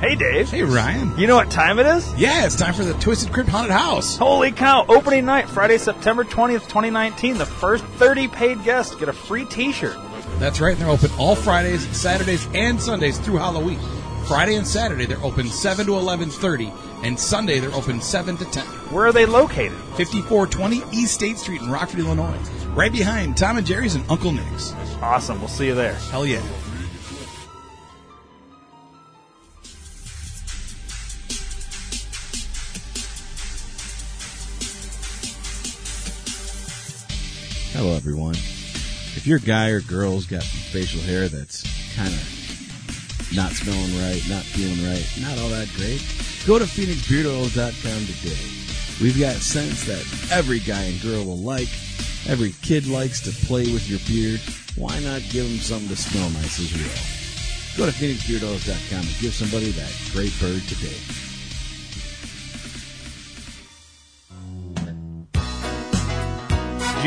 Hey, Dave. Hey, Ryan. You know what time it is? Yeah, it's time for the Twisted Crypt Haunted House. Holy cow! Opening night, Friday, September 20th, 2019. The first 30 paid guests get a free t shirt. That's right, they're open all Fridays, Saturdays, and Sundays through Halloween. Friday and Saturday they're open 7 to 11:30, and Sunday they're open 7 to 10. Where are they located? 5420 East State Street in Rockford, Illinois, right behind Tom and Jerry's and Uncle Nick's. Awesome. We'll see you there. Hell yeah. Hello, everyone. If your guy or girl's got facial hair that's kind of not smelling right, not feeling right, not all that great, go to PhoenixBeardOil.com today. We've got scents that every guy and girl will like. Every kid likes to play with your beard. Why not give them something to smell nice as well? Go to PhoenixBeardOils.com and give somebody that great bird today. Do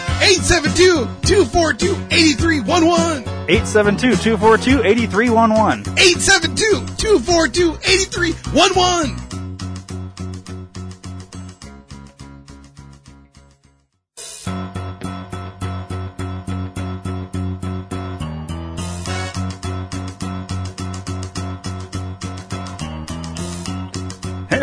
872-242-8311. 872 242 8311. 872-242-8311. Hey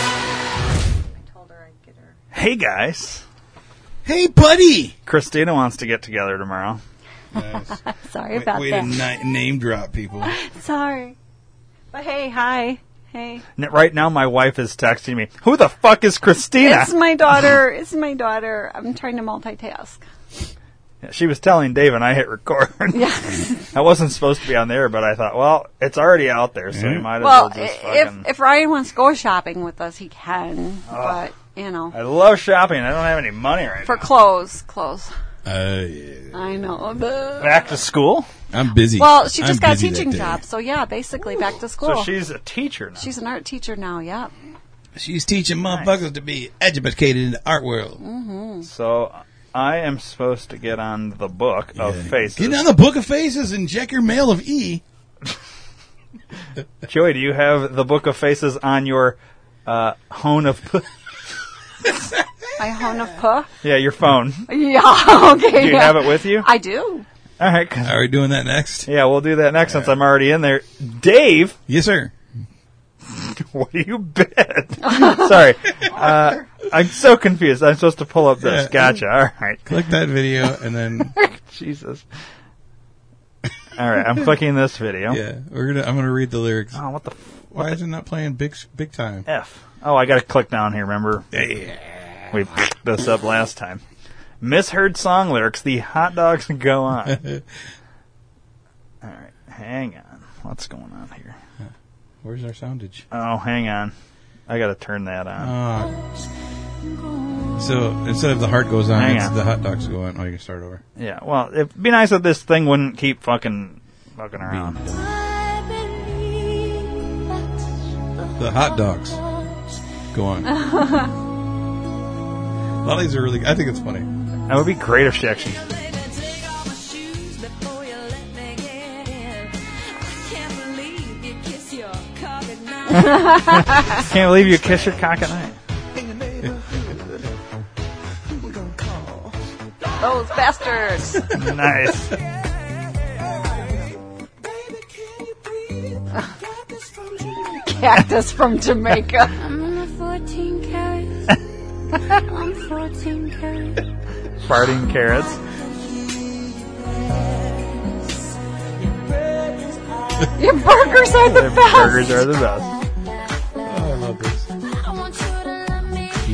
I told her I'd get her. Hey guys, Hey, buddy. Christina wants to get together tomorrow. Sorry about Way that. to ni- name drop people. Sorry. But hey, hi. Hey. N- Right now, my wife is texting me, Who the fuck is Christina? It's my daughter. It's my daughter. I'm trying to multitask. She was telling Dave and I hit record. I wasn't supposed to be on there, but I thought, well, it's already out there, so we might as well, Well, just fucking. Oh. if if Ryan wants to go shopping with us, he can. But you know, I love shopping. I don't have any money right for now. clothes, clothes. Uh, yeah. I know. The- Back to school, I'm busy. well, she I'm just got a busy that teaching day. job, so yeah, basically back to school. so she's a teacher now. Oh. she's an art teacher now. Yeah. She's teaching motherfuckers to be educated in the art world. Mm. So I am supposed to get on the book of faces. Get on the Book of Faces and check your mail of E. Joey, do you have the book of faces on your uh, hone of? I hone of puh. yeah, your phone. Yeah. Okay. Do you yeah. have it with you? I do. All right. 'cause- Are we doing that next? Yeah, we'll do that next since I'm already in there. Dave, Yes, sir. what do you bet? Sorry, uh, I'm so confused. I'm supposed to pull up this. Yeah. Gotcha. All right. Click that video and then Jesus. All right, I'm clicking this video. yeah, we're gonna. I'm gonna read the lyrics. Oh, what the f- Why is it not playing big big time? f? Oh, I got to click down here. Remember, we picked this up last time. Misheard song lyrics. The hot dogs go on. All right, hang on. What's going on here? Where's our soundage? Oh, hang on. I gotta turn that on. Ah. So instead of the heart goes on, Hang it's on. the hot dogs go on. Oh, you can start over. yeah, well, it'd be nice if this thing wouldn't keep fucking fucking around. The hot dogs go on. a lot of these are really. I think it's funny. That would be great if she actually. Can't believe you kiss your cock at night. Those bastards. nice. Cactus from Jamaica. Farting carrots. Your burgers are the Their best. burgers are the best. Oh, I love this.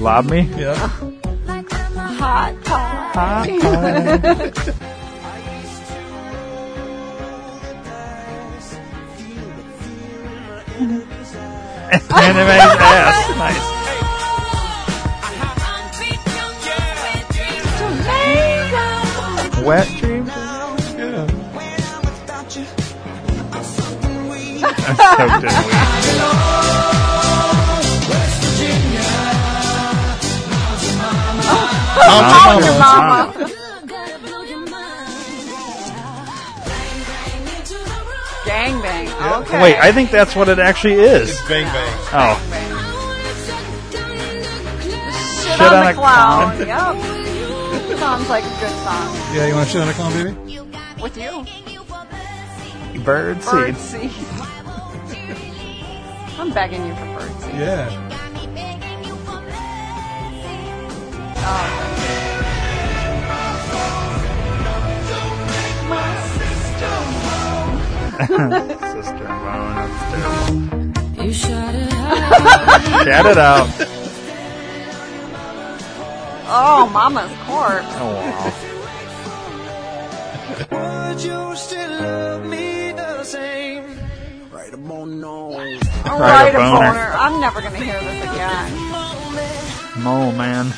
Lob me. Yeah. Hot pot. Anime's ass. Nice. Wet dreams. yeah. I'm stoked, didn't we? Your mama. Gangbang. Okay. Oh, Wait, I think that's what it actually is. Bang bang. Oh, Shit Shit on, on the a clown. Yep. Sounds like a good song. Yeah. You want to shit on a clown, baby? With you. bird Bird seeds. seed. I'm begging you for bird seed. Yeah. Sister Moan, that's terrible. You shot it out. Shout it out. Oh, mama's corpse. Oh, wow. Would you still love me the same? Right about now. All Right, right, a a boner. boner. I'm never going to hear this again. Mole man.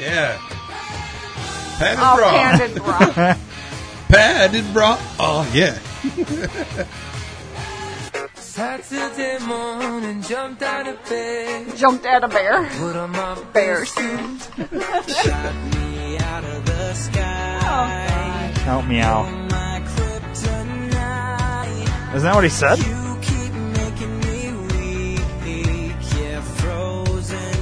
Yeah. Padded Oh, bra. candid bra. Padded bra. Oh yeah. Saturday morning, jumped out of bed, Jumped at a bear. put on my Bears. me out of the sky. Help me out. My kryptonite, Isn't that what he said? you keep making me weak. Yeah, frozen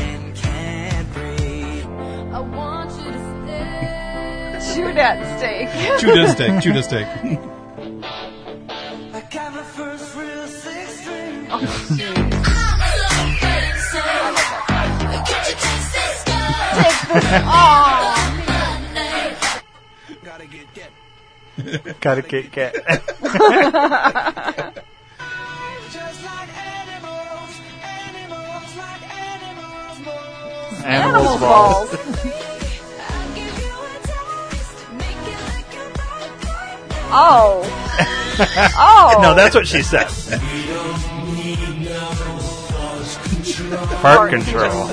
and can't breathe. I want you to stay. Shoot at steak. Chew does take. Chew does take. I got my first real six string. Gotta get that. Got a Kit Kat. Just like animals, animals, like animals. more. Animals balls. Oh. Oh. No, that's what she said. Heart control.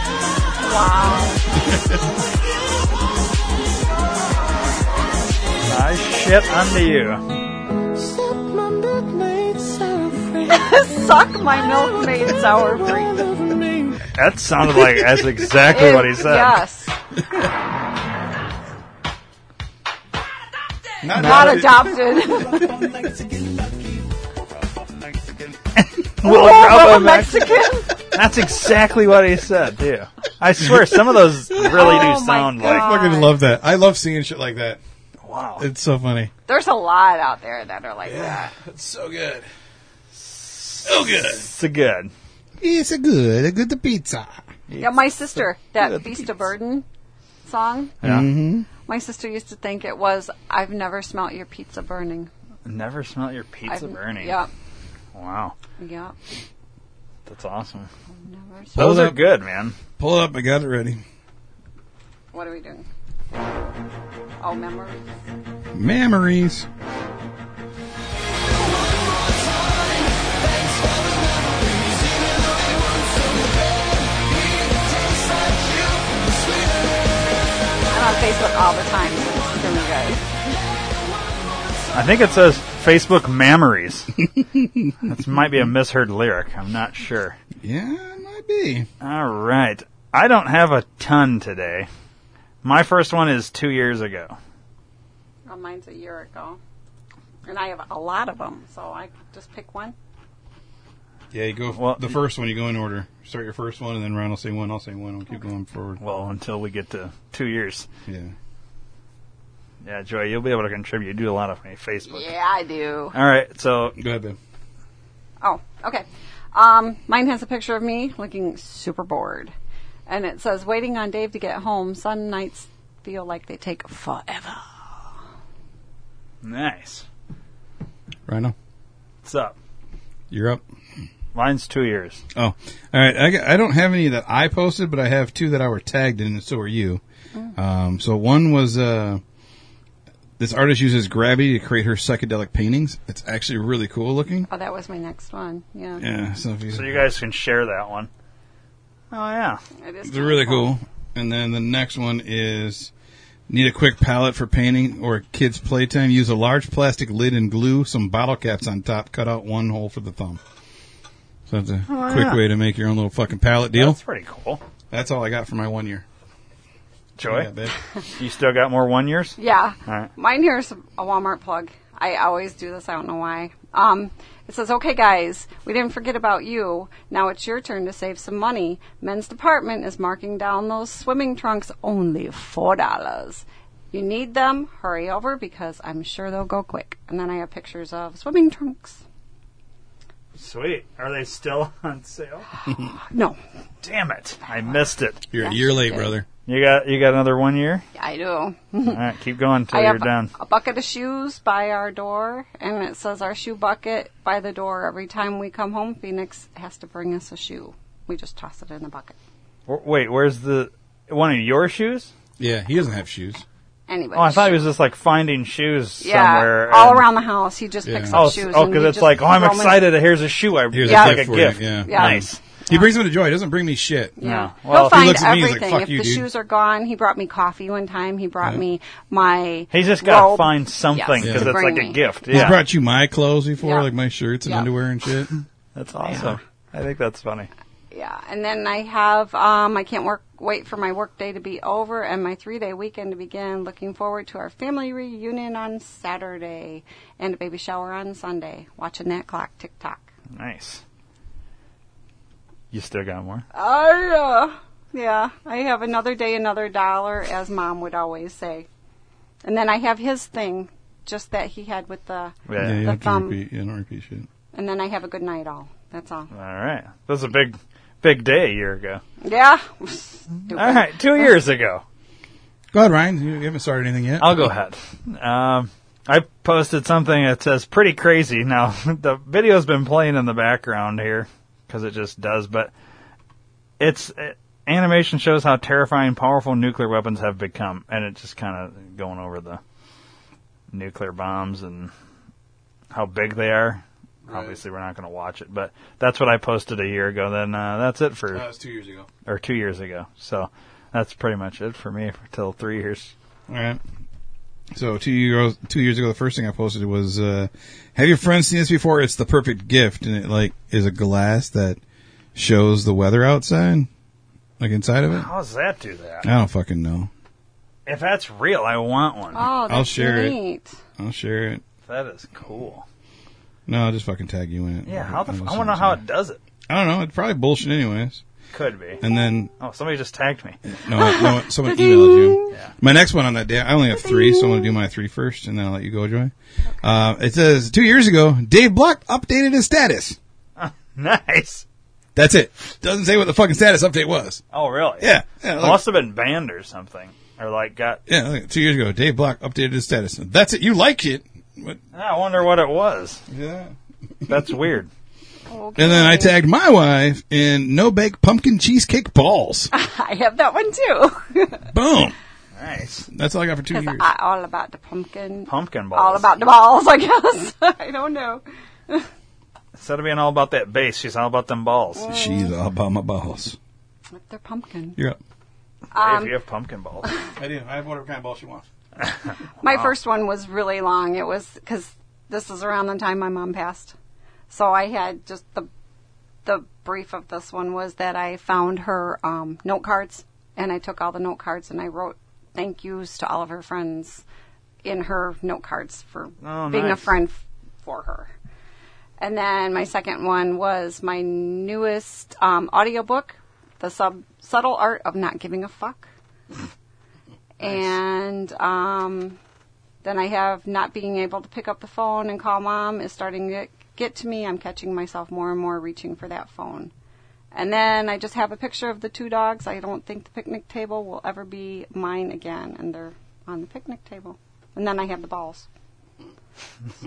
wow. I shit under you. Suck my milkmaid sour cream. That sounded like that's exactly what he said. Yes. Not, Not adopted. Will Oh, rub a a Mex- Mexican. That's exactly what he said, too. I swear, some of those really Oh, do my sound like I God. fucking love that. I love seeing shit like that. wow. It's so funny. There's a lot out there that are like that. It's so good. So good. It's a good. It's a good, a good pizza. Yeah, my sister, that Beast of Burden song, Yeah. my sister used to think it was I've never smelt your pizza burning. Never smell your pizza I've- burning. Yep. Wow. Yep. That's awesome. Never smelt. Those Those are are- good, man. Pull it up. I got it ready. What are we doing? Oh, memories. Memories. I'm on Facebook all the time. It's really good. I think it says Facebook memories. that might be a misheard lyric. I'm not sure. Yeah, it might be. All right. I don't have a ton today. My first one is two years ago. Well, Uh, mine's a year ago. And I have a lot of them, so I could just pick one. Yeah, you go Well- the first one. You go in order. Start your first one, and then Ryan will say one. I'll say one. I'll keep going forward. Well, until we get to two years. Yeah. Yeah, Joy, you'll be able to contribute. You do a lot of my Facebook. Yeah, I do. All right. So Go ahead, babe. Oh, okay. Um, mine has a picture of me looking super bored. And it says, waiting on Dave to get home. Some nights feel like they take forever. nice. Rhino, What's up? you're up. Mine's two years. Oh, all right. I, got- I don't have any that I posted, but I have two that I were tagged in, and so are you. Oh. Um, so one was uh, this artist uses gravity to create her psychedelic paintings. It's actually really cool looking. Oh, that was my next one. Yeah. Yeah, so, if you, So you guys can share that one. Oh yeah. It is it's really cool. And then the next one is need a quick palette for painting or kids playtime. Use a large plastic lid and glue some bottle caps on top. Cut out one hole for the thumb. So that's a Oh, quick yeah. way to make your own little fucking palette deal. That's That's, pretty cool. all I got for my one year. Joy, Yeah, babe. you still got more one years? Yeah. All right. Mine here is a Walmart plug. I always do this. I don't know why. Um, it says, okay, guys, we didn't forget about you. Now it's your turn to save some money. Men's department is marking down those swimming trunks only $4. You need them. Hurry over because I'm sure they'll go quick. And then I have pictures of swimming trunks. Sweet. Are they still on sale? No, Damn it! I missed it. You're a year late, brother. You got you got another one year. I do. All right, keep going till I you're have done. a bucket of shoes by our door, and it says our shoe bucket by the door. Every time we come home, Phoenix has to bring us a shoe. We just toss it in the bucket. W- Wait, where's the one of your shoes? Yeah, he doesn't have shoes. Anyway. Oh, I thought he was just like finding shoes yeah, somewhere all and- around the house. He just picks Yeah. Oh, up s- shoes. oh, and because you it's just like, oh, I'm throw 'em in- excited. Here's a shoe. I Here's Yeah. like a gift a for gift. you. Yeah. Yeah. Nice. He brings him to joy. He doesn't bring me shit. Yeah. Well, He'll if he find looks at me, he's like, everything. "Fuck if you, the dude." shoes are gone, he brought me coffee one time. He brought me my. He's just got to robe. find something Yes, because to it's bring like a me. gift. He's Yeah, brought you my clothes before, Yeah. like my shirts and Yeah. underwear and shit. that's awesome. I think that's funny. Yeah, and then I have um, I can't work wait for my work day to be over and my three day weekend to begin. Looking forward to our family reunion on Saturday and a baby shower on Sunday. Watching that clock tick tock. Nice. You still got more? Oh yeah, yeah. I have another day, another dollar, as Mom would always say. And then I have his thing, just that he had with the. Yeah. Yeah, you The have to thumb. repeat. Yeah, don't repeat shit. And then I have a good night all. That's all. All right. That was a big, big day a year ago. Yeah. All right, two years ago. Go ahead, Ryan. You you haven't started anything yet. I'll go ahead. Um, I posted something that says pretty crazy. Now, the video's been playing in the background here because it just does, but it's it, animation shows how terrifying powerful nuclear weapons have become, and it's just kind of going over the nuclear bombs and how big they are. Obviously, we're not going to watch it, but that's what I posted a year ago. Then uh, that's it for was two years ago. or two years ago. So that's pretty much it for me for till three years. All right. So two years two years ago, the first thing I posted was, uh, "Have your friends seen this before? It's the perfect gift, and it like is a glass that shows the weather outside, like inside of it. How does that do that? I don't fucking know. If that's real, I want one. Oh, that's I'll share it. neat. I'll share it. That is cool. No, I'll just fucking tag you in it. Yeah, how the f- I'll I send want to know it how to it does it. you. I don't know. It's probably bullshit, anyways. Could be. And then Oh, somebody just tagged me. no, no someone emailed you. My next one on that day, I only have three, so I'm going to do my three first, and then I'll let you go, Joy. Uh, it says two years ago, Dave Block updated his status. nice. That's it. Doesn't say what the fucking status update was. Oh, really? Yeah. Yeah. It like- must have been banned or something, or like got. yeah like, two years ago, Dave Block updated his status. That's it. You like it. What? I wonder what it was. Yeah. That's weird. Okay. And then I tagged my wife in no bake pumpkin cheesecake balls. I have that one too. Boom. Nice. That's all I got for two years. I, all about the pumpkin. Pumpkin balls. All about the balls, I guess. I don't know. Instead of being all about that bass, she's all about them balls. She's all about my balls. They're pumpkin. You're up. Hey, if you have pumpkin balls. I do. I have whatever kind of ball she wants. My first one was really long. It was because this is around the time my mom passed, so I had just the the brief of this one was that I found her um, note cards and I took all the note cards and I wrote thank yous to all of her friends in her note cards for Oh, being a nice. friend f- for her. And then my second one was my newest um, audiobook, The Sub- Subtle Art of Not Giving a Fuck. And um, then I have not being able to pick up the phone and call mom is starting to get to me. I'm catching myself more and more reaching for that phone. And then I just have a picture of the two dogs. I don't think the picnic table will ever be mine again, and they're on the picnic table. And then I have the balls.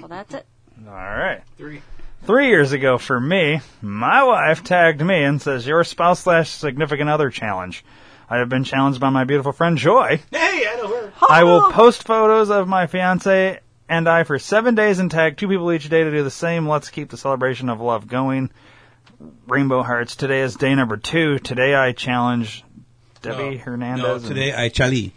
So that's it. All right. Three. Three years ago for me, my wife tagged me and says, Your spouse slash significant other challenge. I have been challenged by my beautiful friend Joy. Hey, I know her. I will post photos of my fiance and I for seven days and tag two people each day to do the same. Let's keep the celebration of love going. Rainbow Hearts, today is day number two. Today I challenge Debbie Hernandez. No, and- today I chali.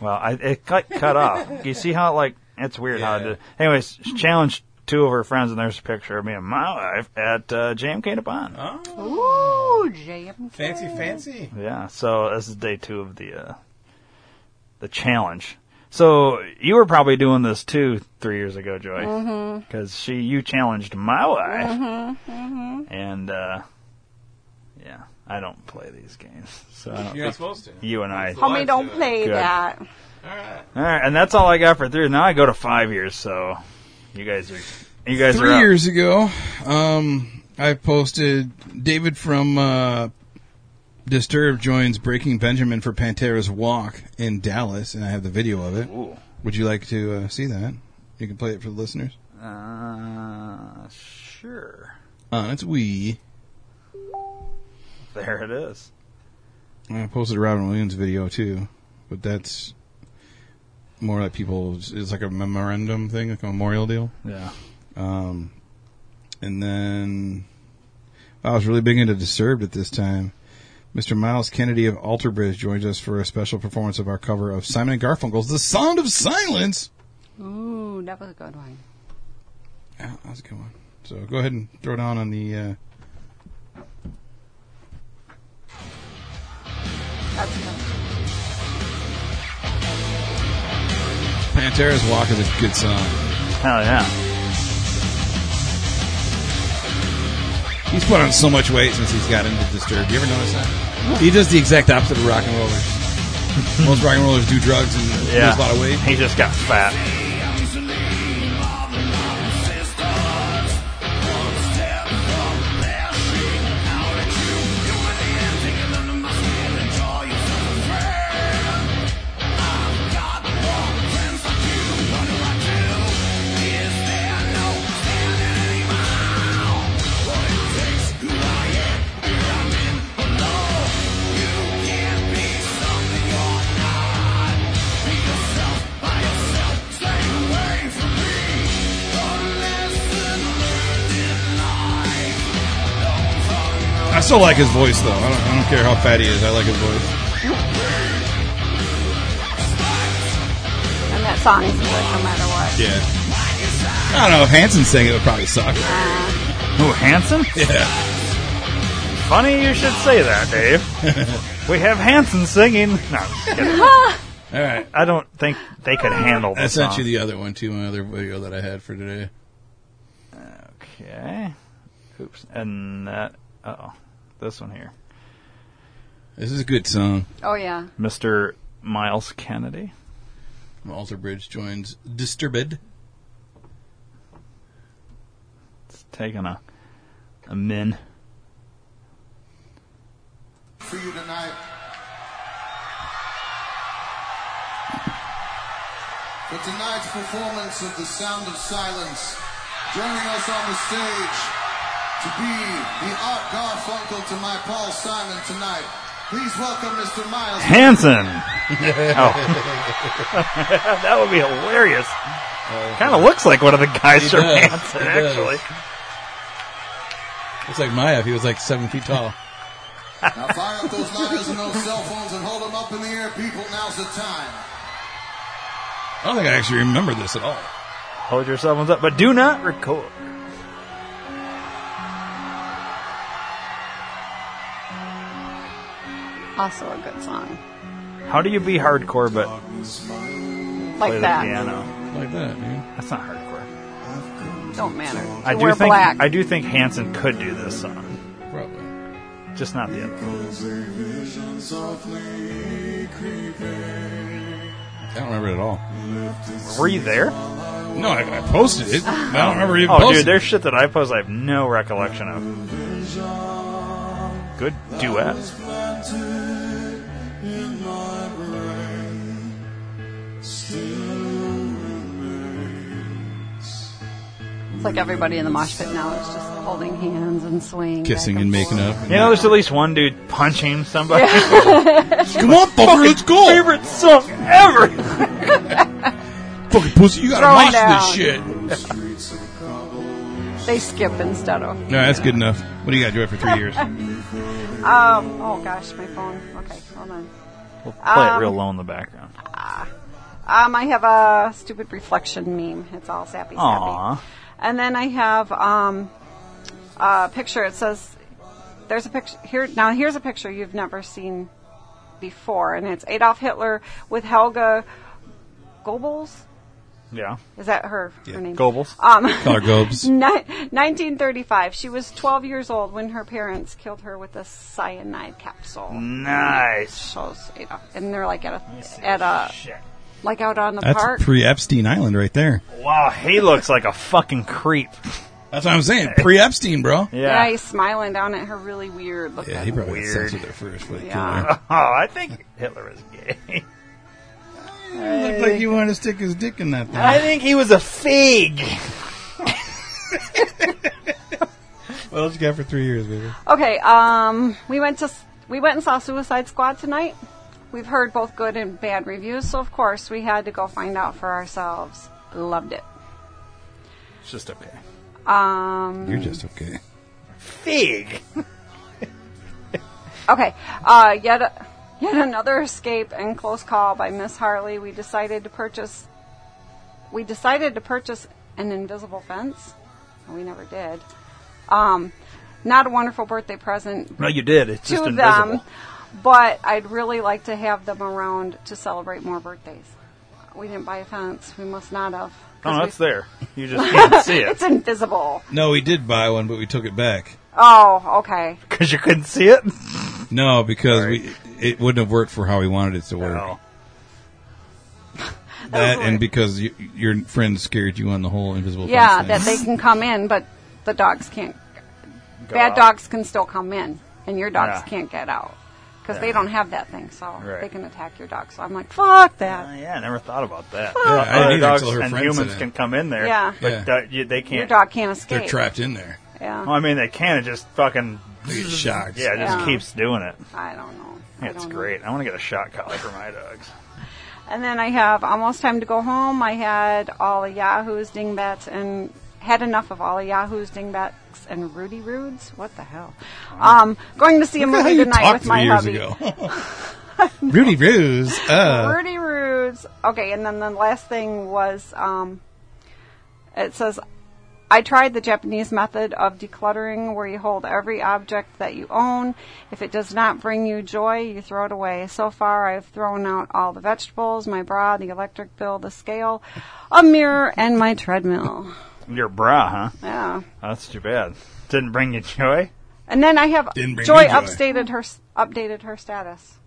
well, I, it cut cut off. You see how like it's weird how it Yeah. did. Anyways, she challenged two of her friends, and there's a picture of me and my wife at uh, JMK to Bond. Oh, Ooh, JM. fancy, fancy. Yeah, so this is day two of the uh, the challenge. So you were probably doing this too three years ago, Joy, because she you challenged my wife, and uh, yeah, I don't play these games, so I don't You're not think supposed to. you and I. Homie, don't Good. play that. All right, and that's all I got for three. Now I go to five years, so you guys are you guys Three are up. years ago, um, I posted David from uh, Disturbed joins Breaking Benjamin for Pantera's Walk in Dallas, and I have the video of it. Ooh. Would you like to uh, see that? You can play it for the listeners. Uh, sure. Uh, it's we. There it is. I posted a Robin Williams video too, but that's more like people. It's like a memorandum thing, like a memorial deal. Yeah. Um, and then I was really big into Disturbed at this time. Mr. Miles Kennedy of Alterbridge joins us for a special performance of our cover of Simon and Garfunkel's "The Sound of Silence." Ooh, that was a good one. Yeah, that was a good one. So go ahead and throw down on the. Uh, That's good. Pantera's Walk is a good song. Hell yeah. He's put on so much weight since he's got into Disturbed. You ever notice that? He does the exact opposite of rock and rollers. Most rock and rollers do drugs and Yeah. lose a lot of weight. He just got fat. I still like his voice though. I don't, I don't care how fat he is. I like his voice. And that song is good no matter what. Yeah. I don't know if Hanson sang it would probably suck. Ooh, Hanson? Yeah. Funny you should say that, Dave. we have Hanson singing. No, I'm just kidding. All right. I don't think they could handle I this. sent you the other one too. My other video that I had for today. Okay. Oops. And that. Uh oh. This one here. This is a good song. Oh yeah. Mr. Miles Kennedy. Alterbridge joins Disturbed. It's taking a. a min. for you tonight. For tonight's performance of The Sound of Silence, joining us on the stage to be the Art Garfunkel to my Paul Simon tonight. Please welcome Mr. Miles. Hanson. oh. that would be hilarious. Kind of looks like one of the guys He from does. Hanson, He does. actually. It's like Maya. if He was like seven feet tall. Now fire up those lighters and those cell phones and hold them up in the air, people. Now's the time. I don't think I actually remember this at all. Hold your cell phones up, but do not record. Also a good song. How do you be hardcore but play Like the that. piano? Like that, dude. That's not hardcore. Don't matter. I do We're think black. I do think Hanson could do this song, Probably. just not the other. one. I don't remember it at all. Were you there? No, I, I posted it. I don't remember even Oh, posting dude, there's shit that I post I have no recollection of. Good duet. It's like everybody in the mosh pit now is just holding hands and swaying. Kissing back and making up. forth. You know, there's at least one dude punching somebody. Come on, fucker, let's go. Favorite song ever. Fucking pussy, you Throw it gotta watch down. this shit. They skip instead of. No, that's good enough. What do you got, Joy, for three years? Um, oh gosh, my phone. Okay, hold on. We'll play it real low in the background. Um, I have a stupid reflection meme. It's all sappy, sappy. Aw. And then I have um, a picture. It says, "There's a picture here." Now here's a picture you've never seen before, and it's Adolf Hitler with Helga Goebbels. Yeah. Is that her? Her name? Goebbels. Um, Call her Gobes. Ni- 1935. She was 12 years old when her parents killed her with a cyanide capsule. Mm. Nice. Shows Adolf, and they're like at a at a Shit. like out on the park. That's pre Epstein Island right there. Wow, he looks like a fucking creep. That's what I'm saying. Pre Epstein, bro. yeah. Yeah. he's smiling down at her really weird looking. Yeah, he probably had Weird. sex with her first. But Yeah. Oh, I think Hitler was gay. It looked like he wanted to stick his dick in that thing. I think he was a fig. What else you got for three years, baby? Okay, um, we went to s- we went and saw Suicide Squad tonight. We've heard both good and bad reviews, so of course we had to go find out for ourselves. Loved it. It's just okay. Um, You're just okay. Fig. Okay. Uh, yet, yet another escape and close call by Miss Harley. We decided to purchase. We decided to purchase an invisible fence. We never did. Um, not a wonderful birthday present No, you did. It's to just them, invisible. but I'd really like to have them around to celebrate more birthdays. We didn't buy a fence. We must not have. 'cause No, it's we- there. You just can't see it It's invisible. No, we did buy one, but we took it back. Oh, okay. because you couldn't see it. No, because we it wouldn't have worked for how we wanted it to work. No. That was and weird. because you, your friend scared you on the whole invisible. Yeah, fence that thing. they can come in, but the dogs can't. Bad out. dogs can still come in, and your dogs Yeah. can't get out because they don't have that thing, so Right. they can attack your dog. So I'm like, fuck Uh, that. yeah, I never thought about that. Yeah, I didn't Other either dogs till her and friend humans said it. can come in there, Oh. Yeah. but Yeah. do- you- they can't. Your dog can't escape. they're trapped in there. Yeah, Well, I mean, they can. It just fucking They get shocked. yeah, it just Yeah. keeps doing it. I don't know. I It's don't know. great. I want to get a shot collar for my dogs. And then I have almost time to go home. I had all the Yahoos, dingbats, and had enough of all the Yahoos, dingbats, and Rudy Rudes. What the hell? Um, going to see a Look at how movie you tonight talked with three my years hubby. ago. Rudy Ruse. Uh, Rudy Rudes. Okay, and then the last thing was um, it says, I tried the Japanese method of decluttering where you hold every object that you own. If it does not bring you joy, you throw it away. So far, I've thrown out all the vegetables, my bra, the electric bill, the scale, a mirror, and my treadmill. Your bra, huh? Yeah. That's too bad. Didn't bring you joy. And then I have Didn't bring Joy me joy. updated her updated her status.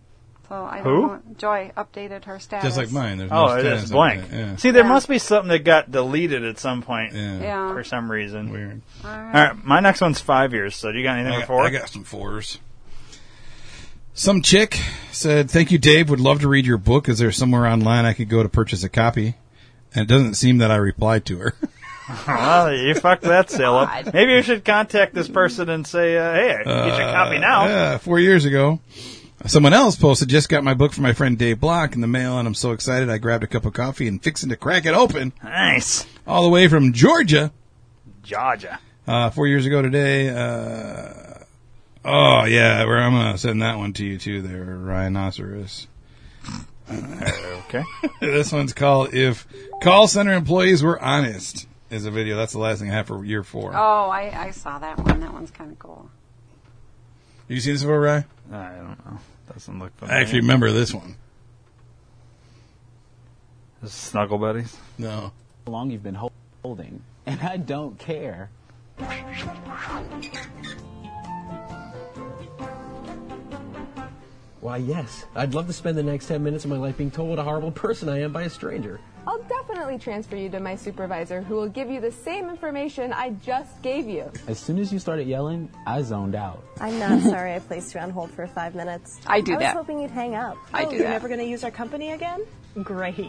So I don't Who? know. Joy updated her status. just like mine. There's Oh, no it status is on blank. that. Yeah. See, there Yeah. must be something that got deleted at some point Yeah. Yeah. for some reason. Weird. All right, my next one's five years. So do you got anything I for got, four? I got some fours. Some chick said, "Thank you, Dave. Would love to read your book. Is there somewhere online I could go to purchase a copy?" And it doesn't seem that I replied to her. Well, you fucked that sale up. God. Maybe you should contact this person and say, uh, hey, I can get your copy now. Yeah, four years ago. Someone else posted, just got my book from my friend Dave Block in the mail, and I'm so excited I grabbed a cup of coffee and fixing to crack it open. Nice. All the way from Georgia, Georgia. uh, four years ago today. Uh, oh, yeah, where I'm going to send that one to you, too, there, Rhinoceros. Okay. this one's called If Call Center Employees Were Honest, is a video. That's the last thing I have for year four. Oh, I, I saw that one. That one's kind of cool. You seen this before, Rye? I don't know. Doesn't look familiar. I actually remember this one. This is Snuggle Buddies. No. How long you've been hol- holding, and I don't care. Why, yes, I'd love to spend the next 10 minutes of my life being told what a horrible person I am by a stranger. I'll definitely transfer you to my supervisor who will give you the same information I just gave you. As soon as you started yelling, I zoned out. I'm not sorry I placed you on hold for five minutes. I do that. hoping you'd hang up. I do that. going to use our company again? Great.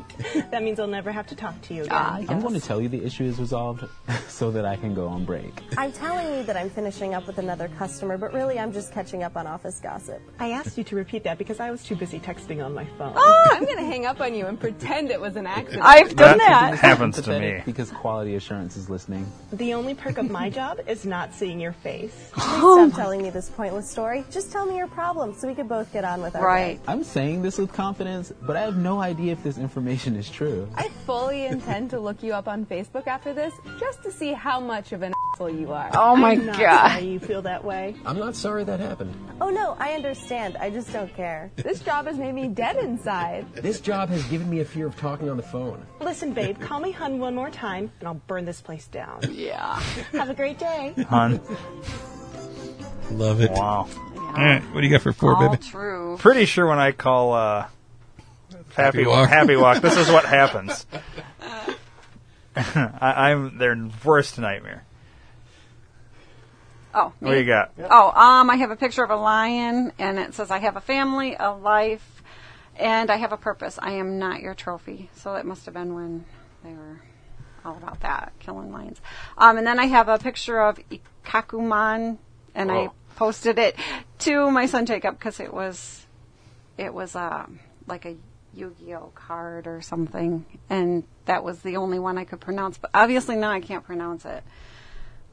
that means I'll never have to talk to you again. I'm going to tell you the issue is resolved so that I can go on break. I'm telling you that I'm finishing up with another customer, but really I'm just catching up on office gossip. I asked you to repeat that because I was too busy texting on my phone. Oh, I'm going to hang up on you and pretend it was an accident. I've done that. happens to Pathetic, me. Because quality assurance is listening. The only perk of my job is not seeing your face. Oh Please stop telling me this pointless story. Just tell me your problem so we could both get on with our Right. I'm saying this with confidence, but I have no idea if this information is true. I fully intend to look you up on Facebook after this just to see how much of an asshole you are. Oh my god. you feel that way. I'm not sorry that happened. Oh no, I understand. I just don't care. This job has made me dead inside. This job has given me a fear of talking on the phone. Listen, babe, call me hun one more time and I'll burn this place down. Yeah. Have a great day. Hun. Love it. Wow. All right, what do you got for four, All baby? true. Pretty sure when I call uh, Happy, Happy Walk, Walk. Happy Walk, this is what happens. I, I'm their worst nightmare. Oh. What do you got? Oh, um, I have a picture of a lion, and it says, "I have a family, a life, and I have a purpose. I am not your trophy." So that must have been when they were all about that, killing lions. Um, and then I have a picture of Ikakuman, and I Oh. posted it to my son Jacob because it was, it was um, like a Yu-Gi-Oh card or something, and that was the only one I could pronounce. But obviously now I can't pronounce it.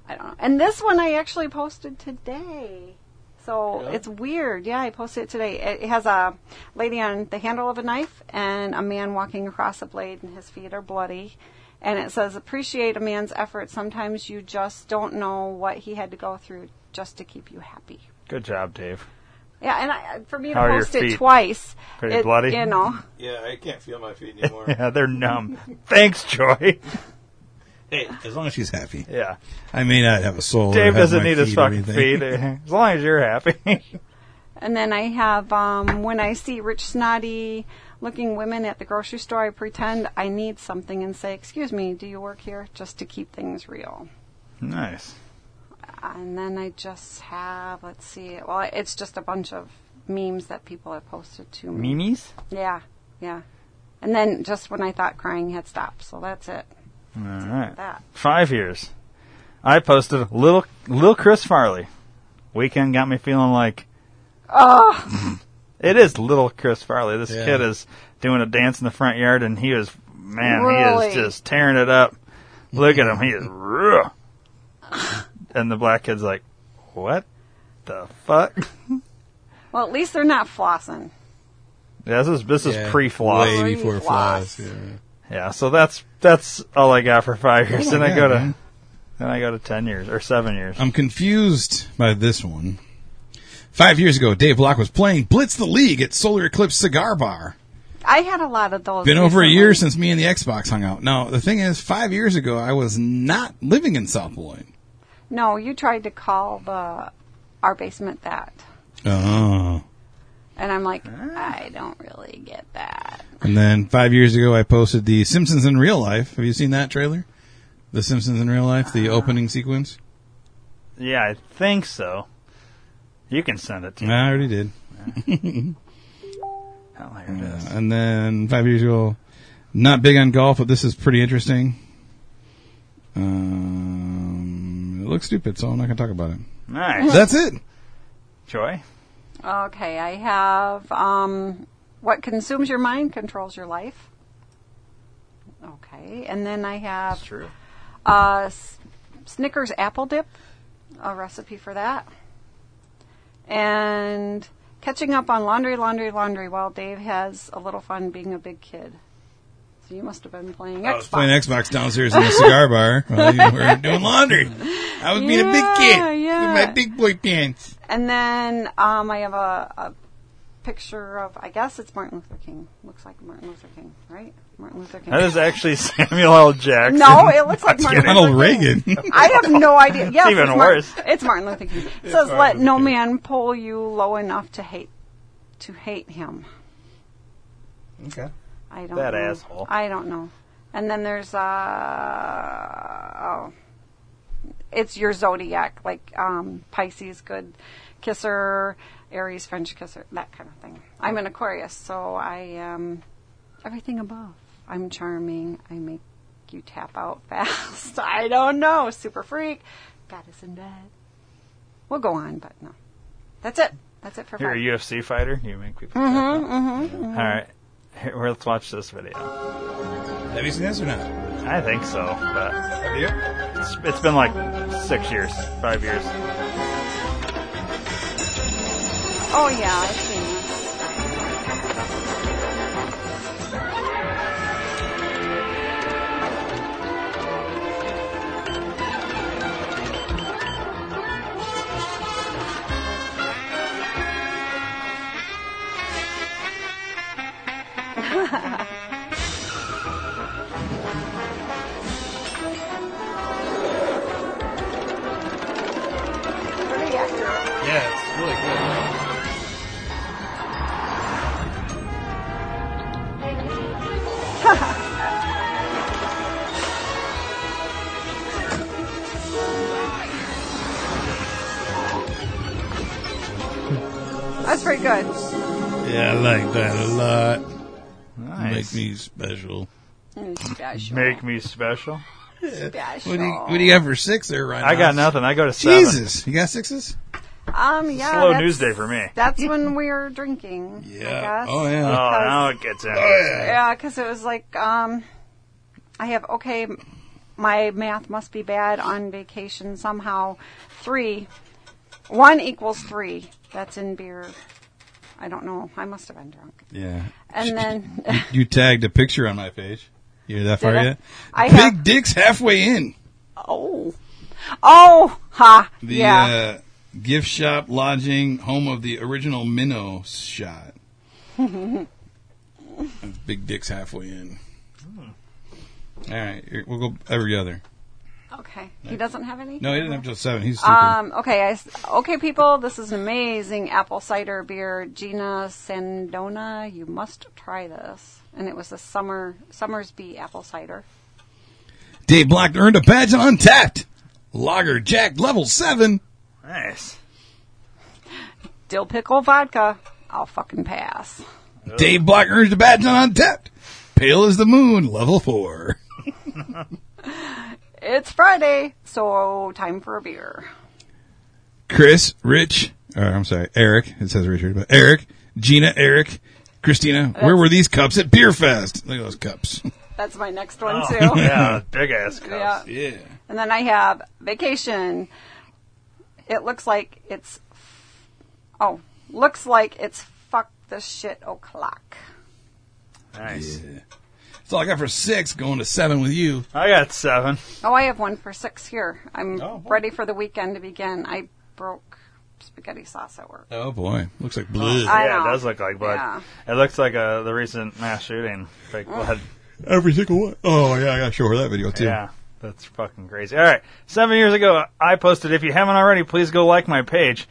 I don't know. And this one I actually posted today. So it's weird. Yeah, I posted it today. It it has a lady on the handle of a knife and a man walking across a blade, and his feet are bloody. And it says, Appreciate a man's effort. Sometimes you just don't know what he had to go through just to keep you happy. Good job, Dave. Yeah, and I, for me to How are your post it feet? twice, Pretty it- bloody? you know, Yeah, I can't feel my feet anymore. Yeah, they're numb. Thanks, Joy. Hey, as long as she's happy. Yeah. I may not have a soul. or Dave have doesn't my need his feet or fucking anything. feet. eh, As long as you're happy. And then I have um, when I see rich, snotty looking women at the grocery store, I pretend I need something and say, Excuse me, do you work here? just to keep things real. nice. And then I just have, let's see, well, it's just a bunch of memes that people have posted to me. Memes? Yeah, yeah. And then just when I thought crying had stopped. So that's it. All right. That. Five years. I posted little little Chris Farley. Weekend got me feeling like Oh, it is little Chris Farley. This Yeah. kid is doing a dance in the front yard, and he is man, he Really? is just tearing it up. Look at him, he is. raw. and the black kid's like, "What the fuck?" well, at least they're not flossing. This is this is Yeah, pre-floss. Way before Floss. floss. yeah. Yeah, so that's that's all I got for five years. Oh then my I go God, to man. then I go to ten years or seven years. I'm confused by this one. Five years ago, Dave Block was playing Blitz the League at Solar Eclipse Cigar Bar. I had a lot of those. Been over a recently. year since me and the Xbox hung out. Now, the thing is, five years ago, I was not living in South Beloit. No, you tried to call the our basement that. Oh. And I'm like, Ah. I don't really get that. And then five years ago, I posted The Simpsons in Real Life. Have you seen that trailer? The Simpsons in Real Life, the opening sequence? Yeah, I think so. You can send it to me. I already did. Oh, here it is. And then five years ago, not big on golf, but this is pretty interesting. Um, it looks stupid, so I'm not going to talk about it. Nice. That's it. Joy? Okay, I have um, what consumes your mind controls your life. Okay, and then I have true. Uh, S- Snickers apple dip, a recipe for that, and catching up on laundry, laundry, laundry. While Dave has a little fun being a big kid, so you must have been playing Xbox. I was playing Xbox downstairs in the cigar bar while you were doing laundry. I was being a big Yeah, kid yeah. with my big boy pants. And then um, I have a, a picture of, I guess it's Martin Luther King. Looks like Martin Luther King, right? Martin Luther King. That is actually Samuel L. Jackson. No, it looks like Not Martin kidding. Luther King. I have no idea. It's Yes, even it's worse. Martin, it's Martin Luther King. It It's says, Martin "Let Luther no King. man pull you low enough to hate, to hate him." Okay. I don't. That know. asshole. I don't know. And then there's uh oh, it's your zodiac like um Pisces, good kisser, Aries, French kisser, that kind of thing. I'm an Aquarius, so I am everything above. I'm charming. I make you tap out fast. I don't know. Super freak. Goddess in bed. We'll go on, but no. That's it. That's it for You're a fun. UFC fighter. You make people. Mhm, mhm, mhm. All right. Here, let's watch this video. Have you seen this or not? I think so. But Have you? It's, it's been like six years, five years. Oh yeah, I've seen this. Pretty accurate. Yeah, it's really good. That's pretty good. Yeah, I like that a lot. Nice. Make me special. Special. Make me special. What do you, what do you got for six there, Ryan? I got nothing. I go to seven. Jesus, you got sixes? Um, yeah. Slow that's- news day for me. That's when we were drinking. I guess. Oh, now it gets in. Oh, Yeah, because it was like, um, I have okay, m- my math must be bad on vacation somehow. Three, one equals three. That's in beer. I don't know. I must have been drunk. Yeah. And then You tagged a picture on my page. You that far Did I? yet? I Big have- dick's halfway in. oh, oh, ha, The yeah. uh, gift shop lodging, home of the original minnow shot. Big dick's halfway in. All right, here- we'll go every other. okay, he doesn't have any. uh, No, he didn't have till seven. He's stupid. Um, okay, I s okay, people, this is an amazing apple cider beer, Gina Sandona. You must try this, and it was a summer Summersby apple cider. Dave Block earned a badge on Untapped. Lager Jack level seven. Nice. Dill pickle vodka. I'll fucking pass. Dave Block earned a badge on Untapped. Pale as the moon, level four. It's Friday, so time for a beer. Chris, Rich, or I'm sorry, Eric. It says Richard, but Eric, Gina, Eric, Christina. Where were these cups at Beer Fest? Look at those cups. That's my next one Oh, too. yeah, big ass Yeah. cups. Yeah. And then I have vacation. It looks like it's oh, looks like it's fuck the shit o'clock. Nice. That's all I got for six. Going to seven with you. I got seven. Oh, I have one for six here. I'm ready for the weekend to begin. I broke spaghetti sauce at work. Oh boy, looks like blue. I yeah, know. it does look like blood. Yeah. Mm. It looks like uh, the recent mass shooting, fake blood. Every single one. Oh yeah, I got to show her that video too. Yeah, that's fucking crazy. All right, seven years ago, I posted. If you haven't already, please go like my page.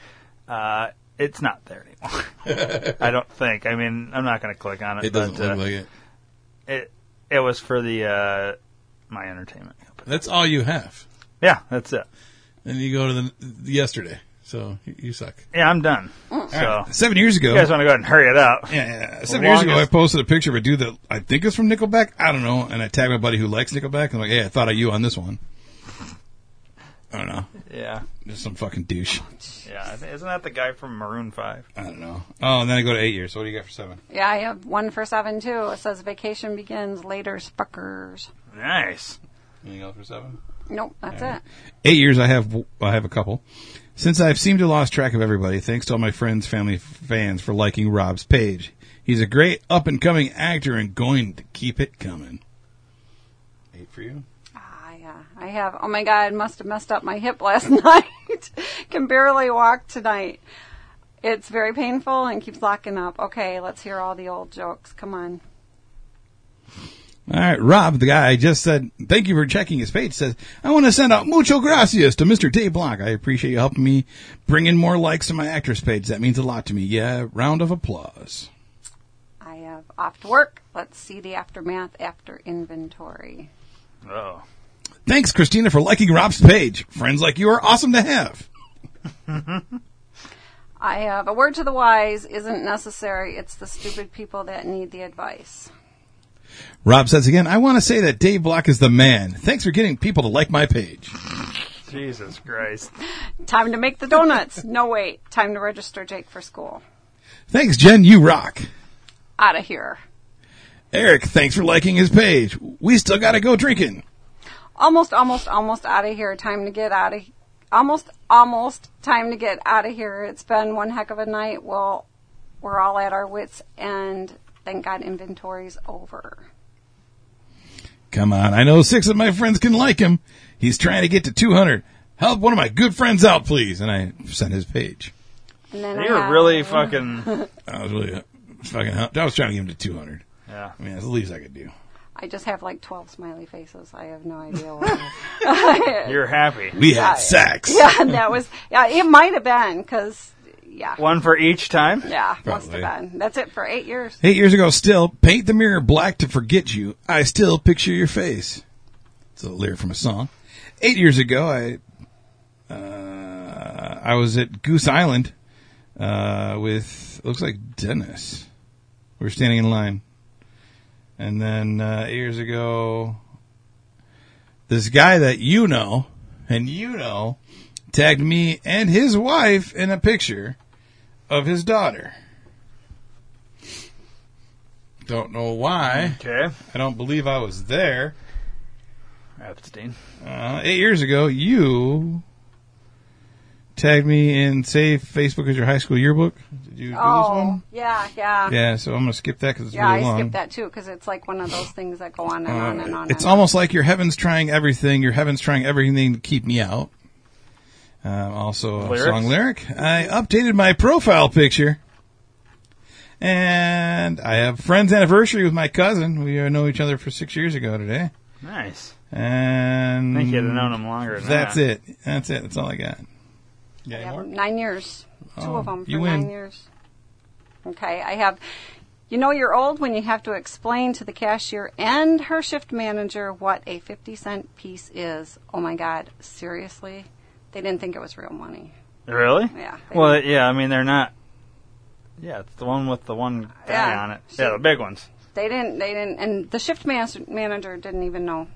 Uh, it's not there anymore. I don't think. I mean, I'm not going to click on it. It doesn't but, look uh, like it. It it was for the uh, my entertainment. That's all you have. Yeah, that's it. And you go to the yesterday, so you, you suck. Yeah, I'm done. Mm. So right. Seven years ago- you guys want to go ahead and hurry it up? Yeah, yeah. Seven years ago, I posted a picture of a dude that I think is from Nickelback. I don't know, and I tagged my buddy who likes Nickelback. I'm like, "Hey, I thought of you on this one." I don't know. Yeah. Just some fucking douche. Yeah, I thi- isn't that the guy from Maroon Five? I don't know. Oh, and then I go to eight years. So what do you got for seven? Yeah, I have one for seven too. It says vacation begins later, fuckers. Nice. Anything else for seven? Nope, that's it. Eight years. I have. I have a couple. Since I've seemed to lost track of everybody, thanks to all my friends, family, fans for liking Rob's page. He's a great up and coming actor and going to keep it coming. Eight for you. Ah, yeah. I have. Oh my god, must have messed up my hip last night. Can barely walk tonight. It's very painful and keeps locking up. Okay, let's hear all the old jokes. Come on. All right, Rob, the guy I just said, thank you for checking his page, says, I want to send out mucho gracias to Mr. Dave Block. I appreciate you helping me bring in more likes to my actress page. That means a lot to me. Yeah, round of applause. I have off to work. Let's see the aftermath after inventory. Oh. Thanks, Christina, for liking Rob's page. Friends like you are awesome to have. I have a word to the wise isn't necessary. It's the stupid people that need the advice. Rob says again, I want to say that Dave Block is the man. Thanks for getting people to like my page. Jesus Christ. Time to make the donuts. no wait. Time to register Jake for school. Thanks, Jen, you rock. Out of here. Eric, thanks for liking his page. We still gotta go drinking. Almost, almost, almost out of here. Time to get out of. Almost, almost time to get out of here. It's been one heck of a night. Well, we're all at our wits' end. Thank God inventory's over. Come on, I know six of my friends can like him. He's trying to get to 200. Help one of my good friends out, please. And I sent his page. And then You I were have- really fucking. I was really uh, fucking. I was trying to get him to 200. Yeah. I mean, that's the least I could do. I just have like twelve smiley faces. I have no idea why. You're happy. We had sex. Yeah, that was. Yeah, it might have been because. Yeah. One for each time? Yeah, must Probably. have been. That's it for eight years. Eight years ago, still paint the mirror black to forget you. I still picture your face. It's a lyric from a song. Eight years ago, I uh, I was at Goose Island uh, with it looks like Dennis. We were standing in line, and then uh, eight years ago, this guy that you know and you know tagged me and his wife in a picture of his daughter. Don't know why. Okay. I don't believe I was there. Epstein. Uh, eight years ago, you tagged me in Save Facebook as your high school yearbook. Did you do this one? Oh, yeah, yeah. Yeah, so I'm going to skip that because it's Yeah, really I long. skipped that too because it's like one of those things that go on and on and Uh, on. it's and almost like your heaven's trying everything. Your heaven's trying everything to keep me out. Um, also, a Lyrics? song lyric. I updated my profile picture, and I have friends' anniversary with my cousin. We uh, know each other for six years ago today, Nice. and I think you'd have known him longer than That's that. it. That's it. That's all I got. Yeah, Yeah, nine years. Two Oh, of them for you win. nine years. Okay, I have. You know you're old when you have to explain to the cashier and her shift manager what a 50 cent piece is. Oh my God, seriously? They didn't think it was real money. Really? Yeah. Well, yeah, I mean, they're not. Yeah, it's the one with the one guy Yeah. on it. Yeah, the big ones. They didn't. They didn't. And the shift mas- manager didn't even know.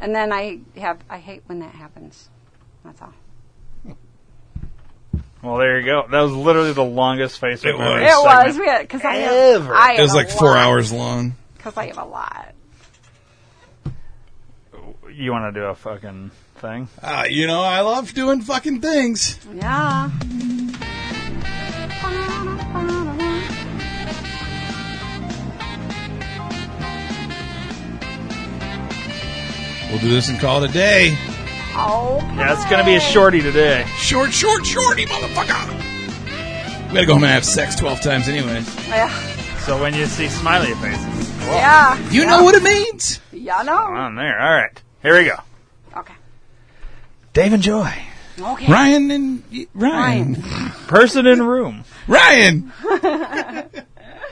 And then I have. I hate when that happens. That's all. Well, there you go. That was literally the longest Facebook It memory was. It segment. was yeah, because I have. Ever. I It was like four hours long. Because I have a lot. You want to do a fucking thing? Uh, you know, I love doing fucking things. Yeah. We'll do this and call it a day. Oh. Yeah, it's gonna be a shorty today. Short, short, shorty, motherfucker. We gotta go home and have sex 12 times anyway. Yeah. So when you see smiley faces, Yeah. You know what it means. Yeah. No. on there. All right, here we go. Okay. Dave and Joy, Okay. Ryan and Ryan. person in room. Ryan.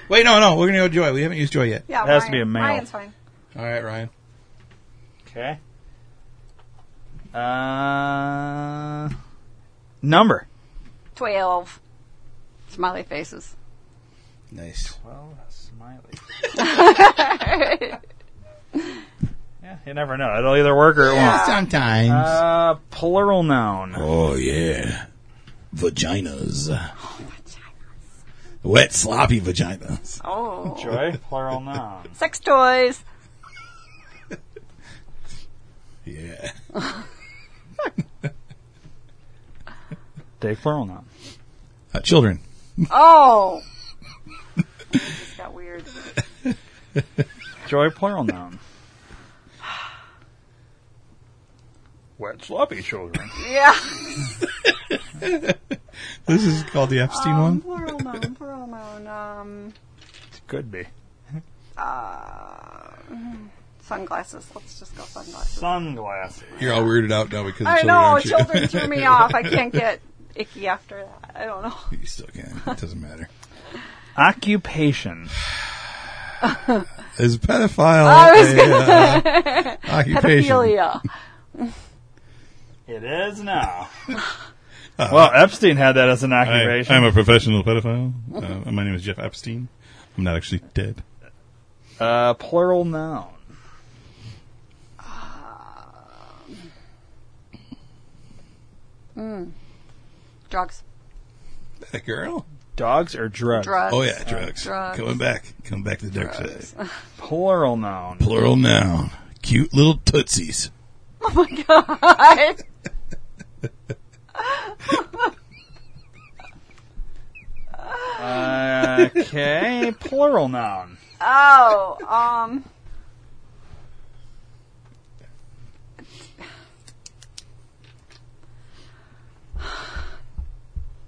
Wait, no, no. We're gonna go Joy. We haven't used Joy yet. Yeah. It has to Ryan. be a male. Ryan's fine. All right, Ryan. Okay. Uh, number. Twelve. Smiley faces. Nice. Well, smiley. yeah, You never know. It'll either work or it won't. Sometimes. Uh, plural noun. Oh yeah, vaginas. Wet sloppy vaginas. Oh. Joy, plural noun. Sex toys. Yeah. Dave, plural noun. Uh, children. Oh. this got weird. Joy, plural noun. Wet sloppy children. Yeah. This is called the Epstein um, one. Plural noun. Plural noun. Um. Could be. Uh. Sunglasses. Let's just go sunglasses. Sunglasses. You're all weirded out now because of I children. know aren't you? children threw me off. I can't get icky after that. I don't know. you still can. It doesn't matter. Occupation. Is pedophile I was a, gonna uh, occupation? Pedophilia. It is now. well, Epstein had that as an I, occupation. I'm a professional pedophile. Uh, my name is Jeff Epstein. I'm not actually dead. uh, plural noun. Mm. Drugs. That girl. Dogs or drugs? Drugs. Oh yeah, drugs. Drugs. Coming back. Coming back to the dark side. Plural noun. Plural noun. Cute little tootsies. Oh my god. okay, plural noun. Oh, um.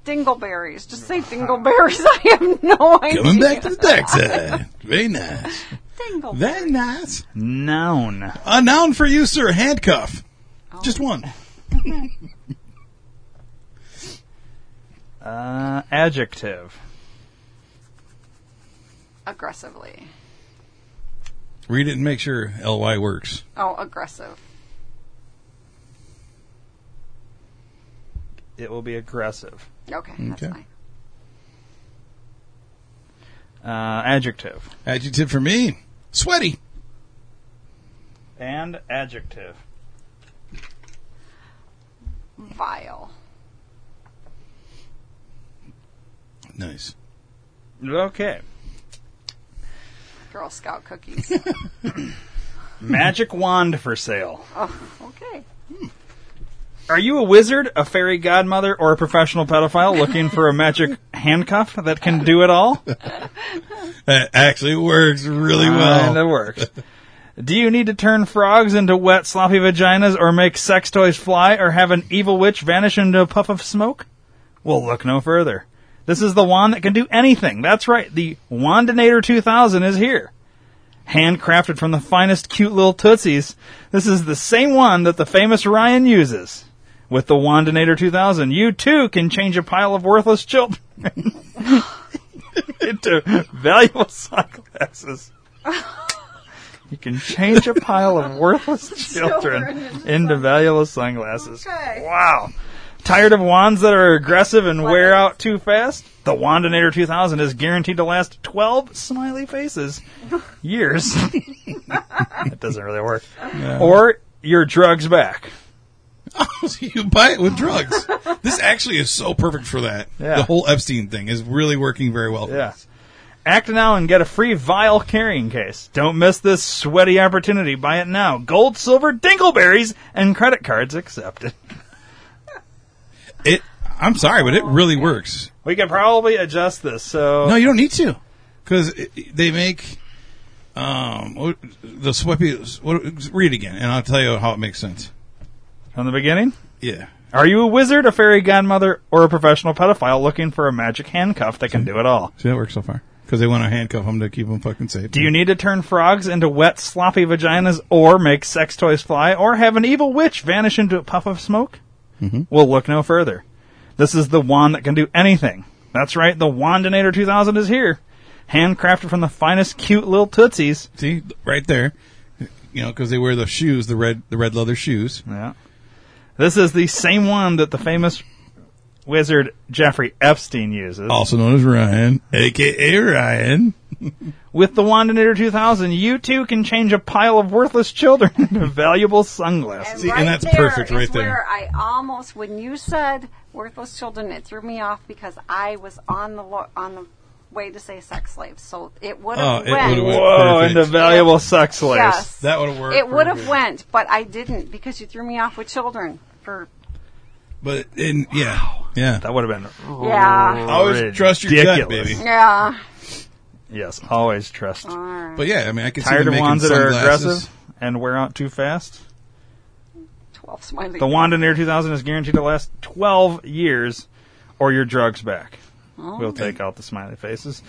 Dingleberries. Just say dingleberries. I have no idea. Coming back to the dark side. Very nice. Dingleberries. Very nice. Noun. A noun for you, sir. Handcuff. Just one. Uh, adjective. Aggressively. Read it and make sure ly works. Oh, aggressive. It will be aggressive. Okay, that's Okay. fine. Uh, adjective. Adjective for me. Sweaty. And adjective. Vile. Nice. Okay. Girl Scout cookies. Magic wand for sale. oh, okay. Are you a wizard, a fairy godmother, or a professional pedophile looking for a magic handcuff that can do it all? That actually works really Ah, And well. it works. Do you need to turn frogs into wet, sloppy vaginas, or make sex toys fly, or have an evil witch vanish into a puff of smoke? Well, look no further. This is the wand that can do anything. That's right, the Wandinator 2000 is here. Handcrafted from the finest cute little tootsies, this is the same one that the famous Ryan uses. With the Wandinator 2000, you too can change a pile of worthless children into valuable sunglasses. You can change a pile of worthless children into valueless sunglasses. Okay. Wow. Tired of wands that are aggressive and wear out too fast? The Wandinator 2000 is guaranteed to last 12 smiley faces years. that doesn't really work. Or your drugs back. you buy it with drugs. this actually is so perfect for that. Yeah. The whole Epstein thing is really working very well. for Yeah. us. Act now and get a free vial carrying case. Don't miss this sweaty opportunity. Buy it now. Gold, silver, dingleberries, and credit cards accepted. It. I'm sorry, but it really works. We can probably adjust this. So No, you don't need to, because they make um what- the sweaty. What, read again, and I'll tell you how it makes sense. from the beginning. Yeah. Are you a wizard, a fairy godmother, or a professional pedophile looking for a magic handcuff that can do it all? See, that works so far. Because they want to handcuff them to keep them fucking safe. Do you need to turn frogs into wet, sloppy vaginas, or make sex toys fly, or have an evil witch vanish into a puff of smoke? Mhm. We'll look no further. This is the wand that can do anything. That's right, the Wandinator 2000 is here. Handcrafted from the finest cute little tootsies. See, right there. You know, because they wear the shoes, the red, the red leather shoes. Yeah. This is the same one that the famous wizard Jeffrey Epstein uses. Oh. also known as Ryan, aka Ryan. With the Wandinator 2000, you too can change a pile of worthless children into valuable sunglasses. And right there is Where I almost, when you said "worthless children," it threw me off because I was on the lo- on the way to say sex slaves, so it would Oh, have it went. would've went Whoa, perfect. into valuable sex slaves. Yes, That would've worked It would have perfect. went, but I didn't because you threw me off with children. For But in, yeah, yeah, that would have been Yeah. Always trust your gut, ridiculous. baby. yeah, Yes, always trust. But yeah, I mean, I can see tired them of making wands that are sunglasses. aggressive and wear out too fast. twelve smiley. The Wandinator 2000 is guaranteed to last 12 years, or your drugs back. Oh. We'll take out the smiley faces.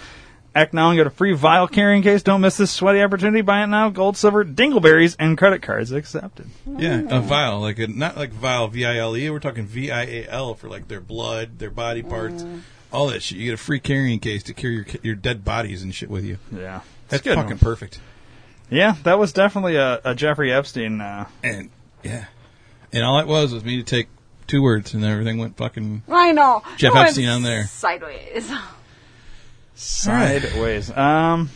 Act now and get a free vial carrying case. Don't miss this sweaty opportunity. Buy it now. Gold, silver, dingleberries, and credit cards accepted. Yeah, a vial, like a not like vial, V I L E. We're talking V I A L for like their blood, their body parts, all that shit. You get a free carrying case to carry your your dead bodies and shit with you. Yeah, that's It's good. fucking perfect. Yeah, that was definitely a, a Jeffrey Epstein. Uh, and yeah, And all it was was me to take two words, and everything went fucking I know. Jeff It went Epstein on there. sideways. sideways. Um,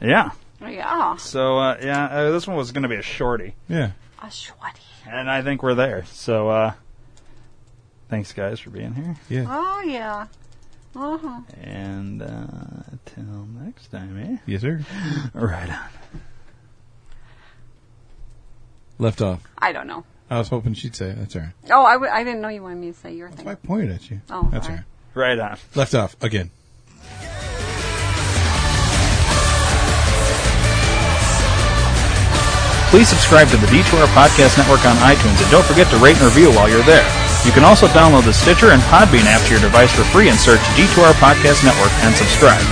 yeah. yeah, So uh, yeah, uh, this one was going to be a shorty, yeah. a shorty. and I think we're there. So uh, thanks, guys, for being here. Oh yeah. Uh huh. And uh, till next time, eh? Yes, sir. Right on. left off. I don't know. I was hoping she'd say it. that's all right. Oh, I, w- I didn't know you wanted me to say your thing. I pointed at you. Oh, that's all all right. Right on. Left off again. Please subscribe to the D2R Podcast Network on iTunes and don't forget to rate and review while you're there. You can also download the Stitcher and Podbean app to your device for free and search D2R Podcast Network and subscribe.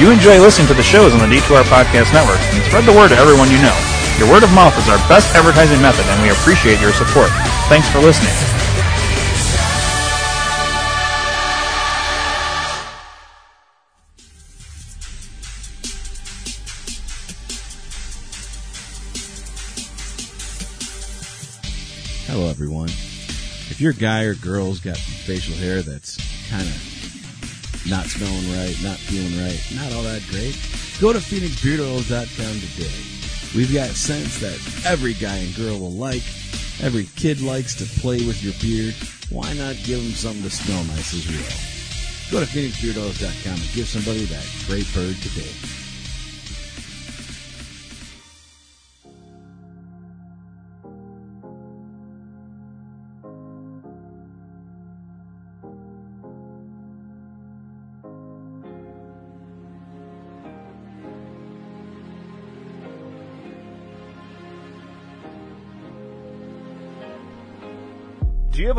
You enjoy listening to the shows on the D2R Podcast Network and spread the word to everyone you know. Your word of mouth is our best advertising method and we appreciate your support. Thanks for listening. Hello, everyone. If your guy or girl's got facial hair that's kind of not smelling right, not feeling right, not all that great, go to PhoenixBeardOil.com today. We've got scents that every guy and girl will like. Every kid likes to play with your beard. Why not give them something to smell nice as well? Go to PhoenixBeardOils.com and give somebody that great bird today. Do you have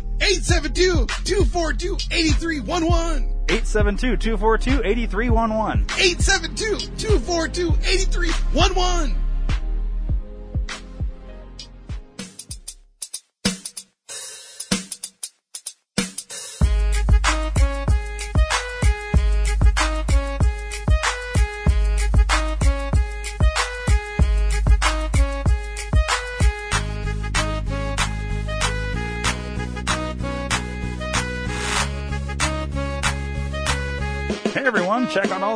872-242-8311. 872-242-8311. 872-242-8311. Hey everyone, check out all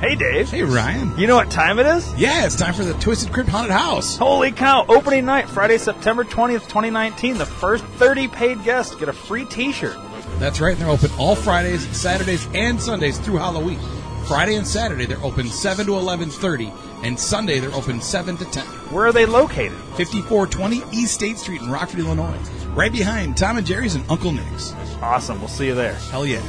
Hey, Dave. Hey, Ryan. You know what time it is? Yeah, it's time for the Twisted Crypt Haunted House. Holy cow! Opening night, Friday, September 20th, 2019. The first 30 paid guests get a free t shirt. That's right. They're open all Fridays, Saturdays, and Sundays through Halloween. Friday and Saturday they're open 7 to 11:30, and Sunday they're open 7 to 10. Where are they located? 5420 East State Street in Rockford, Illinois, right behind Tom and Jerry's and Uncle Nick's. Awesome. We'll see you there. Hell yeah.